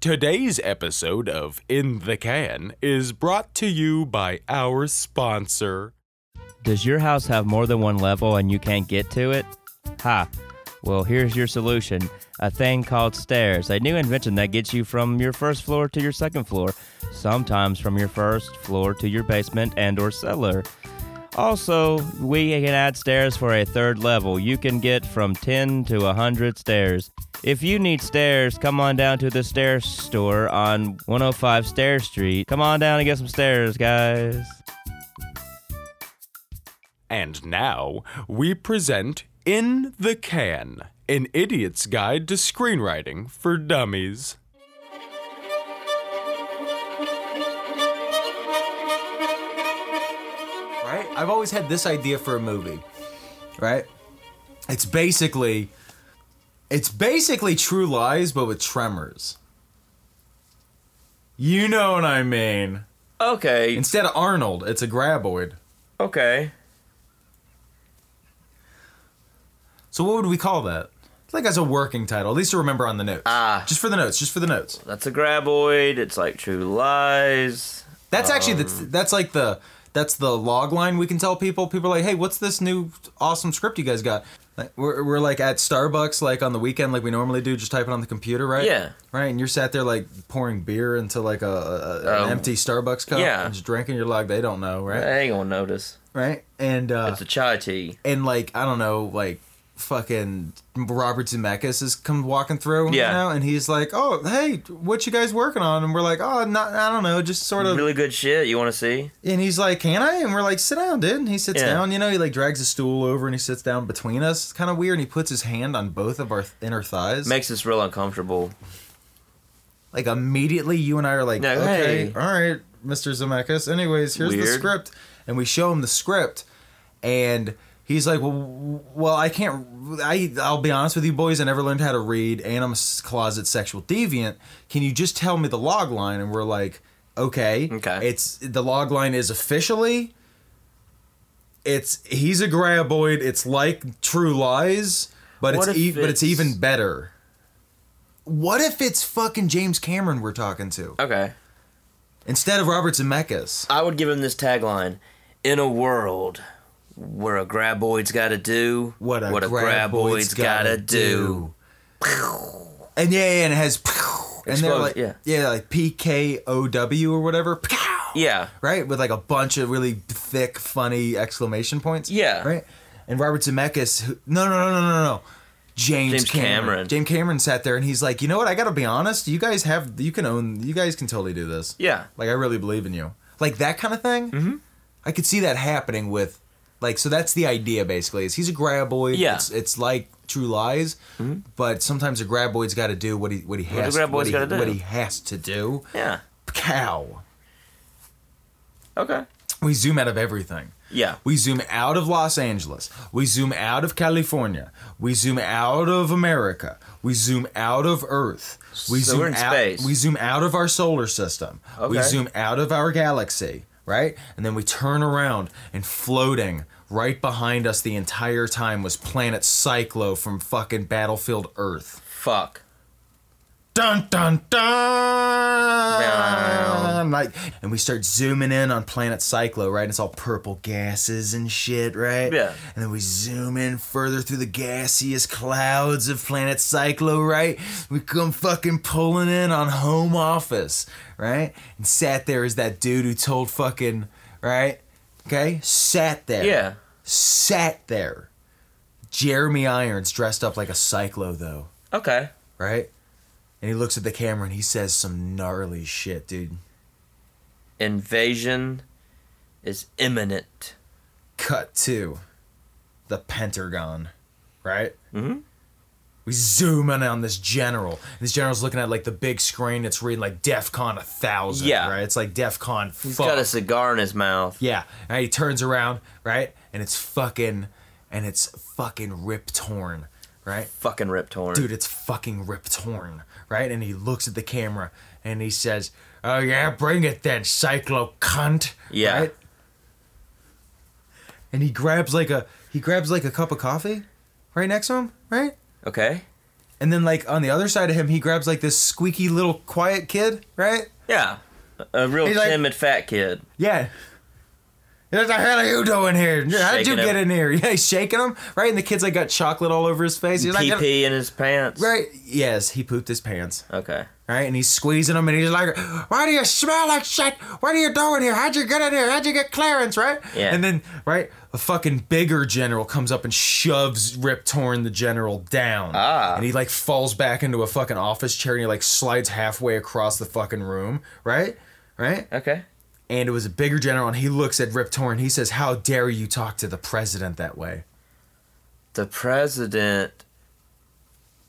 Today's episode of In the Can is brought to you by our sponsor. Does your house have more than one level and you can't get to it? Ha! Well, here's your solution a thing called stairs, a new invention that gets you from your first floor to your second floor, sometimes from your first floor to your basement and or cellar. Also, we can add stairs for a third level. You can get from 10 to 100 stairs. If you need stairs, come on down to the stair store on 105 Stair Street. Come on down and get some stairs, guys. And now we present In the Can, an idiot's guide to screenwriting for dummies. right? I've always had this idea for a movie, right? It's basically, it's basically True Lies, but with tremors. You know what I mean. Okay, Instead of Arnold, it's a graboid. okay. So what would we call that? It's like as a working title, at least to remember on the notes. Ah. Just for the notes. Just for the notes. That's a graboid. It's like True Lies. That's actually the, Um. that's like the that's the log line we can tell people. People are like, hey, what's this new awesome script you guys got? Like, we're, we're like at Starbucks like on the weekend like we normally do, just type it on the computer, right? Yeah. Right, and you're sat there like pouring beer into like a, a an Um, empty Starbucks cup, yeah. and just drinking. You're like, they don't know, right? I ain't gonna notice. Right, and uh, It's a chai tea. and like I don't know, like fucking Robert Zemeckis is come walking through, Yeah. you know, and he's like, oh, hey, what you guys working on? And we're like, oh, not, I don't know, just sort of Really good shit. You want to see? and he's like, "Can I?" And we're like, "Sit down, dude." And he sits Yeah. down. You know, he like drags a stool over and he sits down between us. It's kind of weird. And he puts his hand on both of our th- inner thighs. Makes us real uncomfortable. like immediately, you and I are like, No, "Okay, hey." all right, Mr. Zemeckis." Anyways, here's the Weird. script, and we show him the script, and he's like, "Well, w- well, I can't. I I'll be honest with you, boys. I never learned how to read, and I'm a s- closet sexual deviant. Can you just tell me the log line?" And we're like. Okay. Okay. It's the log line is officially it's he's a graboid. It's like True Lies, but What it's, if e- but it's it's- even better. What if it's fucking James Cameron we're talking to Okay. instead of Robert Zemeckis? I would give him this tagline: In a world where a graboid's got to do What a, graboid's gotta gotta And yeah, yeah, and it has and they're like Explodes, yeah. yeah, like P K O W or whatever. Yeah. right? With like a bunch of really thick, funny exclamation points. Yeah. Right? And Robert Zemeckis, who, no, no, no, no, no, no. James, James Cameron. Cameron. James Cameron sat there and he's like, you know what? I gotta be honest. You guys have, you can own, you guys can totally do this. Yeah. Like, I really believe in you. Like that kind of thing. Mm-hmm. I could see that happening with, like, so that's the idea basically. Is he's a graboid. Yeah. Mm-hmm. It's, it's like True Lies, but sometimes a graboid's got to do what he what he the has graboid's he- gotta do. what he has to do. Yeah. Cow. Okay. We zoom out of everything. Yeah. We zoom out of Los Angeles. We zoom out of California. We zoom out of America. We zoom out of Earth. We So zoom we're in out, space. We zoom out of our solar system. We Okay. zoom out of our galaxy, right? And then we turn around and floating right behind us the entire time was planet Cyclo from fucking Battlefield Earth. Fuck. Dun dun dun! Like, and we start zooming in on Planet Cyclo, right? And it's all purple gases and shit, right? Yeah. And then we zoom in further through the gaseous clouds of Planet Cyclo, right? We come fucking pulling in on Home Office, right? And sat there is that dude who told fucking, right? Okay, sat there. Yeah. Sat there. Jeremy Irons dressed up like a Cyclo though Okay. right? And he looks at the camera and he says some gnarly shit, dude. Invasion is imminent. Cut to the Pentagon, right? Mhm. We zoom in on this general. This general's looking at like the big screen. It's reading like DEFCON a thousand, Yeah. right? It's like DEFCON. He's fuck. got a cigar in his mouth. Yeah. And he turns around, right? And it's fucking, and it's fucking rip torn, right? Fucking ripped horn. dude, it's fucking Rip Torn, right? And he looks at the camera and he says, "Oh yeah, bring it then, cyclo cunt." Yeah. Right? And he grabs like a he grabs like a cup of coffee, right next to him, right? Okay. And then like on the other side of him, he grabs like this squeaky little quiet kid, right? Yeah. A real He's like- timid fat kid. Yeah. What the hell are you doing here? How'd Shaking you get in him. here? Yeah, he's shaking him, right? And the kid's like got chocolate all over his face. He's like, TP in his pants. right? Yes, he pooped his pants. Okay. right? And he's squeezing him, and he's like, "Why do you smell like shit? What are you doing here? How'd you get in here? How'd you get clearance, right?" Yeah. And then, right, a fucking bigger general comes up and shoves Rip Torn the general down, Ah. and he like falls back into a fucking office chair, and he like slides halfway across the fucking room, right? Right? Okay. And it was a bigger general, and he looks at Rip Torn. He says, "How dare you talk to the president that way?" The president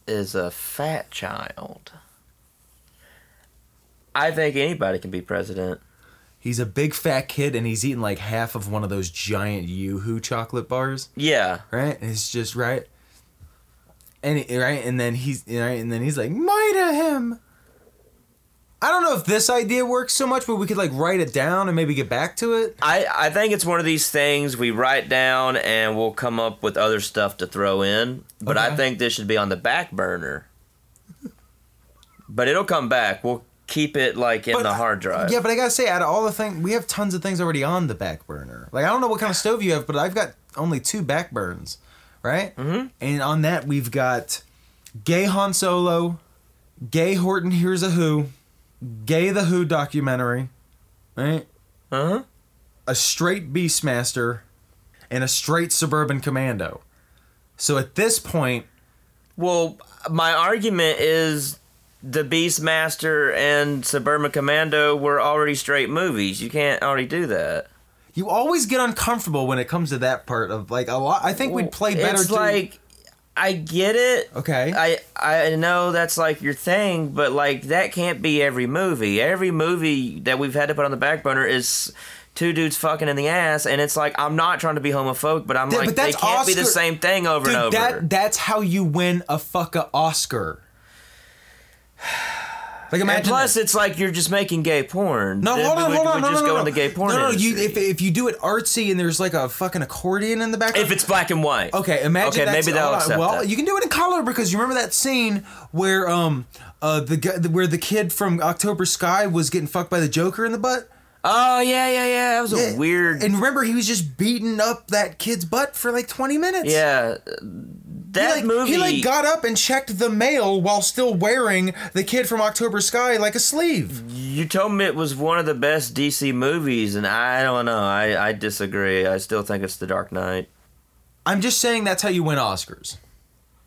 is a fat child. I think anybody can be president. He's a big fat kid, and he's eating like half of one of those giant YooHoo chocolate bars. Yeah. right? And it's just right. And he- right, and then he's right, and then he's like, "Murder him." I don't know if this idea works so much, but we could like write it down and maybe get back to it. I, I think it's one of these things we write down and we'll come up with other stuff to throw in. But I Okay. think this should be on the back burner. But it'll come back. We'll keep it like in But- the hard drive. Yeah, but I gotta say, out of all the things, we have tons of things already on the back burner. Like I don't know what kind of stove you have, but I've got only two back burns, right? Mm-hmm. And on that, we've got gay Han Solo, gay Horton hears a Who, gay the Who documentary, right? Uh-huh. a straight Beastmaster and a straight Suburban Commando. So at this point, Well, my argument is the Beastmaster and Suburban Commando were already straight movies. You can't already do that. you always get uncomfortable when it comes to that part of like a lot. I think we'd play better. It's to- like I get it. okay, I I know that's like your thing, but like that can't be every movie. Every movie that we've had to put on the back burner is two dudes fucking in the ass, and it's like I'm not trying to be homophobic, but I'm Th- like but they that's can't be the Oscar- same thing over Dude, and over. that that's how you win a fucka Oscar. Like imagine. and plus, that. it's like you're just making gay porn. no, Then hold we on, would- hold on, we'd no, just no, go no, in the gay porn. No, no, you, if, industry. if you do it artsy and there's like a fucking accordion in the background, If it's black and white. Okay, imagine Okay, that's, maybe they'll hold on, accept Well, that. you can do it in color because you remember that scene where um uh the guy where the kid from October Sky was getting fucked by the Joker in the butt. Oh yeah, yeah, yeah. That was a weird. And remember, he was just beating up that kid's butt for like twenty minutes. yeah, He that like, movie. He like got up and checked the mail while still wearing the kid from October Sky like a sleeve. You told me it was one of the best DC movies, and I don't know. I, I disagree. I still think it's The Dark Knight. I'm just saying that's how you win Oscars.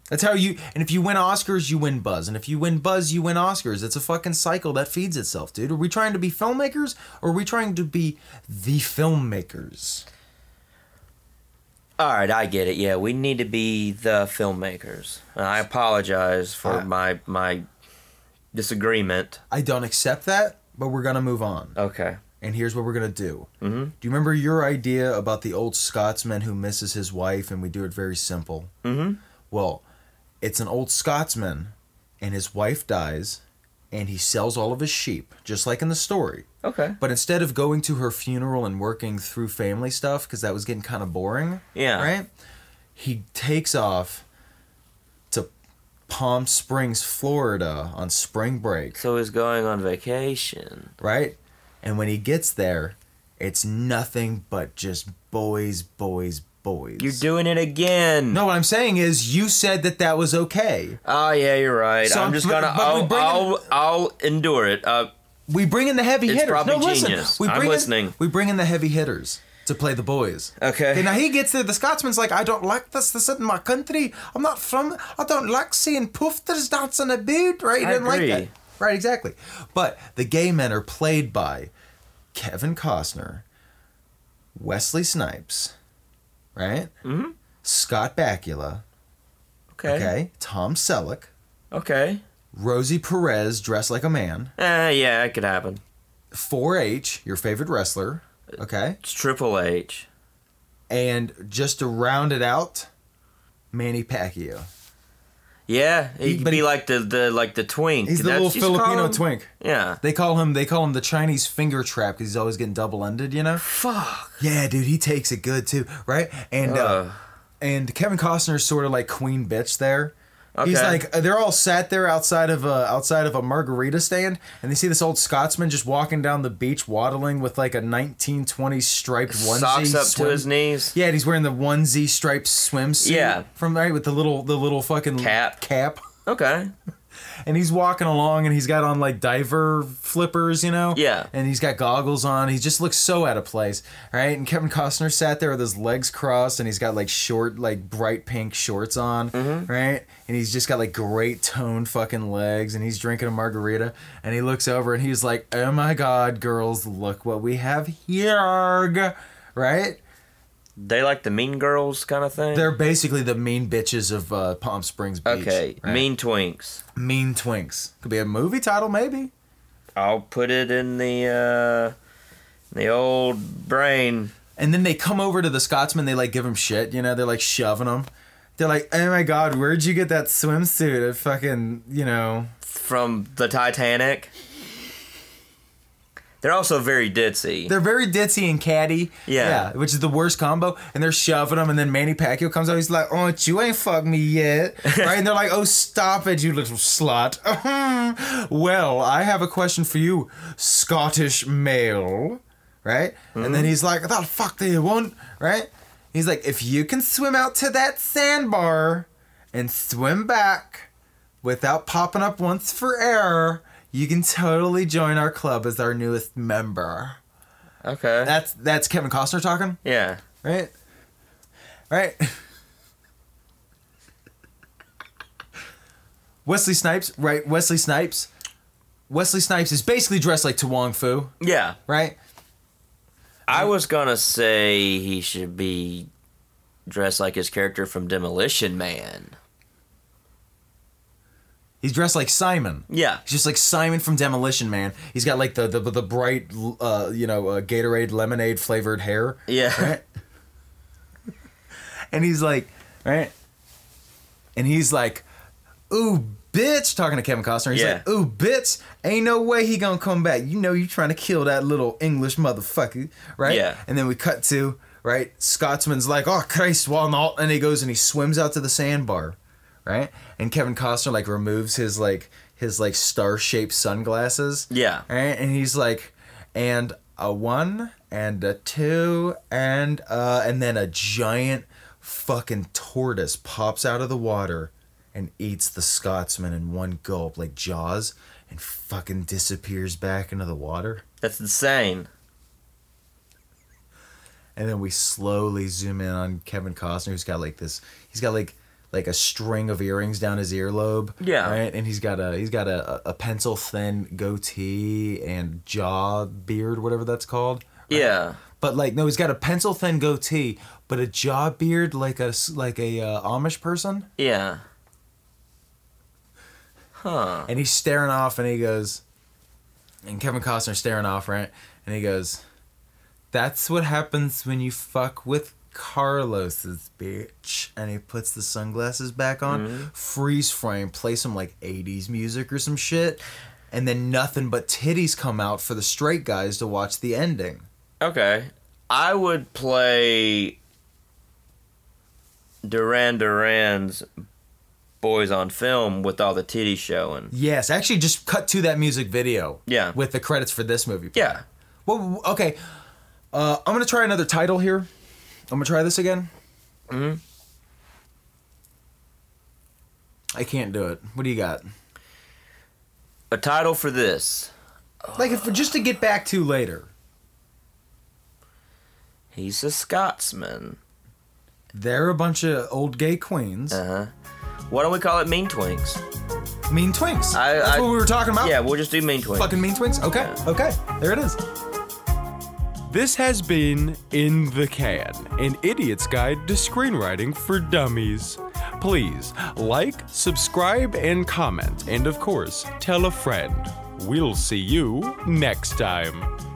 That's how you. And if you win Oscars, you win buzz. And if you win buzz, you win Oscars. It's a fucking cycle that feeds itself, dude. Are we trying to be filmmakers or are we trying to be the filmmakers? All right, I get it. Yeah, we need to be the filmmakers. And I apologize for Uh, my my disagreement. I don't accept that, but we're gonna move on. Okay. and here's what we're gonna do. Mhm. Do you remember your idea about the old Scotsman who misses his wife, and we do it very simple? Mhm. Well, it's an old Scotsman, and his wife dies, and he sells all of his sheep, just like in the story. Okay. But instead of going to her funeral and working through family stuff, because that was getting kind of boring, Yeah. right? He takes off to Palm Springs, Florida, on spring break So he's going on vacation. right? And when he gets there, it's nothing but just boys, boys, boys. You're doing it again. No, what I'm saying is, you said that that was okay. Oh yeah, you're right. So I'm I'm- just gonna. but we I'll, bring I'll, in- I'll endure it. Uh, We bring in the heavy It's hitters. probably no, listen. genius. We I'm bring in- listening. we bring in the heavy hitters to play the boys. Okay. And now he gets there. The Scotsman's like, I don't like this. This isn't my country. I'm not from. I don't like seeing poofters dancing about. Right? He I didn't like that. agree. Right? Exactly. But the gay men are played by Kevin Costner, Wesley Snipes, right? Mm-hmm. Scott Bakula. okay. Okay. okay. Tom Selleck. Rosie Perez dressed like a man. Eh, yeah, it could happen. 4H, your favorite wrestler. Okay. It's Triple H. And just to round it out, Manny Pacquiao. Yeah, he, He- could but be he- like the, the like the twink. He's the That's- little you should call Filipino him- twink. Yeah. They call him they call him the Chinese finger trap because he's always getting double ended, you know? Fuck. Yeah, dude, he takes it good too, right? And uh, Uh. and Kevin Costner's sort of like queen bitch there. He's Okay. like uh, they're all sat there outside of a outside of a margarita stand, and they see this old Scotsman just walking down the beach, waddling with like a 1920s striped onesie, Socks up swim- to his knees. Yeah, and he's wearing the onesie striped swimsuit. Yeah. from right with the little the little fucking Cap. cap, Okay. and he's walking along, and he's got on like diver flippers, you know. Yeah. and he's got goggles on. He just looks so out of place, right? And Kevin Costner sat there with his legs crossed, and he's got like short, like bright pink shorts on, Mm-hmm. right? And he's just got like great toned fucking legs, and he's drinking a margarita, and he looks over, and he's like, "Oh my God, girls, look what we have here!" Right? They like the mean girls kind of thing. They're basically the mean bitches of uh, Palm Springs Beach. okay. right? Mean twinks. mean twinks could be a movie title, maybe. I'll put it in the uh, the old brain. And then they come over to the Scotsman. They like give him shit. You know, they're like shoving him. They're like, "Oh my God, where'd you get that swimsuit?" At fucking, you know, from the Titanic. They're also very ditzy. they're very ditzy and catty. Yeah. which is the worst combo. And they're shoving him. And then Manny Pacquiao comes out. He's like, "Oh, you ain't fucked me yet," right? And they're like, "Oh, stop it, you little slut." well, I have a question for you, Scottish male, right? And then he's like, "The fuck do you want?" Right? He's like, "If you can swim out to that sandbar and swim back." without popping up once for air, you can totally join our club as our newest member. okay. That's that's Kevin Costner talking, yeah. right? Right. Wesley Snipes, right? Wesley Snipes. Wesley Snipes is basically dressed like Tuong Fu, Yeah. right? I was gonna say he should be dressed like his character from Demolition Man. He's dressed like Simon. Yeah. He's just like Simon from Demolition Man. He's got like the the, the bright, uh, you know, uh, Gatorade lemonade flavored hair. Yeah. right? and he's like, right? And he's like, ooh, bitch, talking to Kevin Costner. He's Yeah. like, ooh, bitch, ain't no way he gonna come back. You know you trying to kill that little English motherfucker, right? Yeah. And then we cut to, right? Scotsman's like, oh, Christ, walnut. And he goes and he swims out to the sandbar, right? And Kevin Costner, like, removes his, like, his, like, star-shaped sunglasses. Yeah. Right? And he's like, and a one and a two and uh and then a giant fucking tortoise pops out of the water and eats the Scotsman in one gulp like jaws and fucking disappears back into the water. That's insane. And then we slowly zoom in on Kevin Costner who's got like this he's got like like a string of earrings down his earlobe. Yeah. Right? And he's got a he's got a, a pencil thin goatee and jaw beard, whatever that's called. Yeah. But like, no, he's got a pencil thin goatee, but a jaw beard like a s- like a uh, Amish person, Yeah. and he's staring off, and he goes, and Kevin Costner's staring off, right? And he goes, "That's what happens when you fuck with." Carlos's bitch, and he puts the sunglasses back on, freeze frame, play some like 80s music or some shit, and then nothing but titties come out for the straight guys to watch the ending. Okay. I would play Duran Duran's Boys on Film with all the titties showing. Yes, actually, just cut to that music video. Yeah. With the credits for this movie. Yeah. Well, okay. Uh, I'm gonna try another title here. I'm gonna try this again. Mm-hmm. Hmm. I can't do it. What do you got? A title for this. Like, if just to get back to later. He's a Scotsman. They're a bunch of old gay queens. Uh huh. Why don't we call it Mean Twinks? mean twinks. I- That's I- what we were talking about. Yeah, we'll just do Mean Twinks. Fucking mean twinks. Okay. Okay. There it is. This has been In the Can, an idiot's guide to screenwriting for dummies. Please like, subscribe, and comment, and of course, tell a friend. We'll see you next time.